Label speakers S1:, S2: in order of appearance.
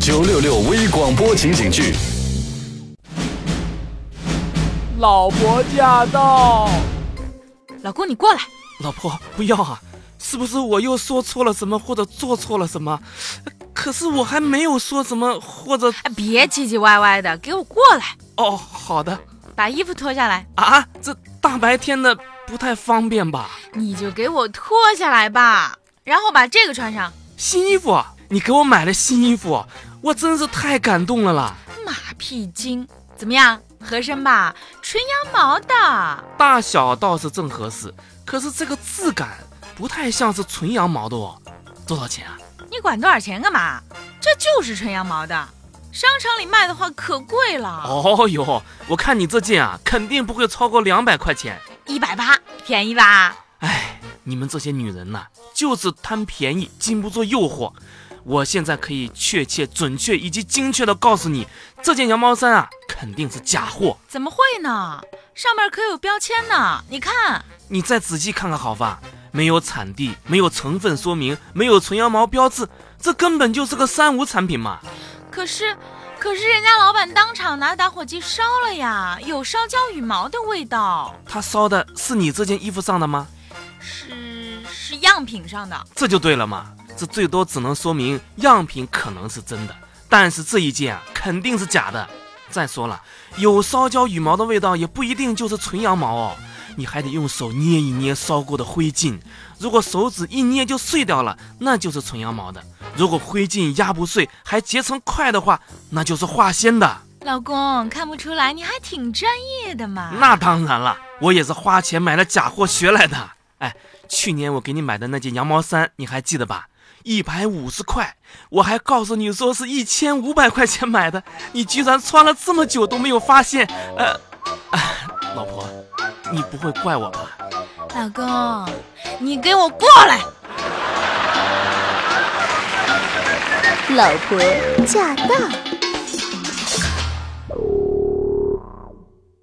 S1: 九六六微广播情景剧，
S2: 老婆驾到！
S3: 老公，你过来，
S4: 老婆，不要啊！是不是我又说错了什么，或者做错了什么？可是我还没有说什么，或者……
S3: 哎，别唧唧歪歪的，给我过来，
S4: 哦，好的
S3: 把衣服脱下来，
S4: 啊，这大白天的不太方便吧？
S3: 你就给我脱下来吧，然后把这个穿上。
S4: 新衣服啊，你给我买了新衣服，啊我真是太感动了啦！
S3: 马屁精，怎么样，合身吧？纯羊毛的，
S4: 大小倒是正合适，可是这个质感不太像是纯羊毛的哦。多少钱啊？
S3: 你管多少钱干嘛？这就是纯羊毛的，商场里卖的话可贵了，
S4: 哦哟，我看你这件啊，肯定不会超过两百块钱。
S3: 一百八，便宜吧？
S4: 哎，你们这些女人呐、就是贪便宜，经不住诱惑。我现在可以确切、准确以及精确的告诉你，这件羊毛衫啊，肯定是假货。
S3: 怎么会呢？上面可有标签呢，你看。
S4: 你再仔细看看好吧，没有产地，没有成分说明，没有纯羊毛标志，这根本就是个三无产品嘛！
S3: 可是，可是人家老板当场拿打火机烧了呀，有烧焦羽毛的味道，
S4: 他烧的是你这件衣服上的吗？
S3: 是是样品上的。
S4: 这就对了嘛，这最多只能说明样品可能是真的，但是这一件啊肯定是假的。再说了，有烧焦羽毛的味道也不一定就是纯羊毛哦，你还得用手捏一捏烧过的灰烬，如果手指一捏就碎掉了，那就是纯羊毛的；如果灰烬压不碎还结成块的话，那就是化纤的。
S3: 老公，看不出来你还挺专业的嘛。
S4: 那当然了，我也是花钱买了假货学来的。哎，去年我给你买的那件羊毛衫，你还记得吧？一百五十块，我还告诉你说是一千五百块钱买的，你居然穿了这么久都没有发现。呃，啊，老婆，你不会怪我吧？
S3: 老公，你给我过来！
S5: 老婆驾到。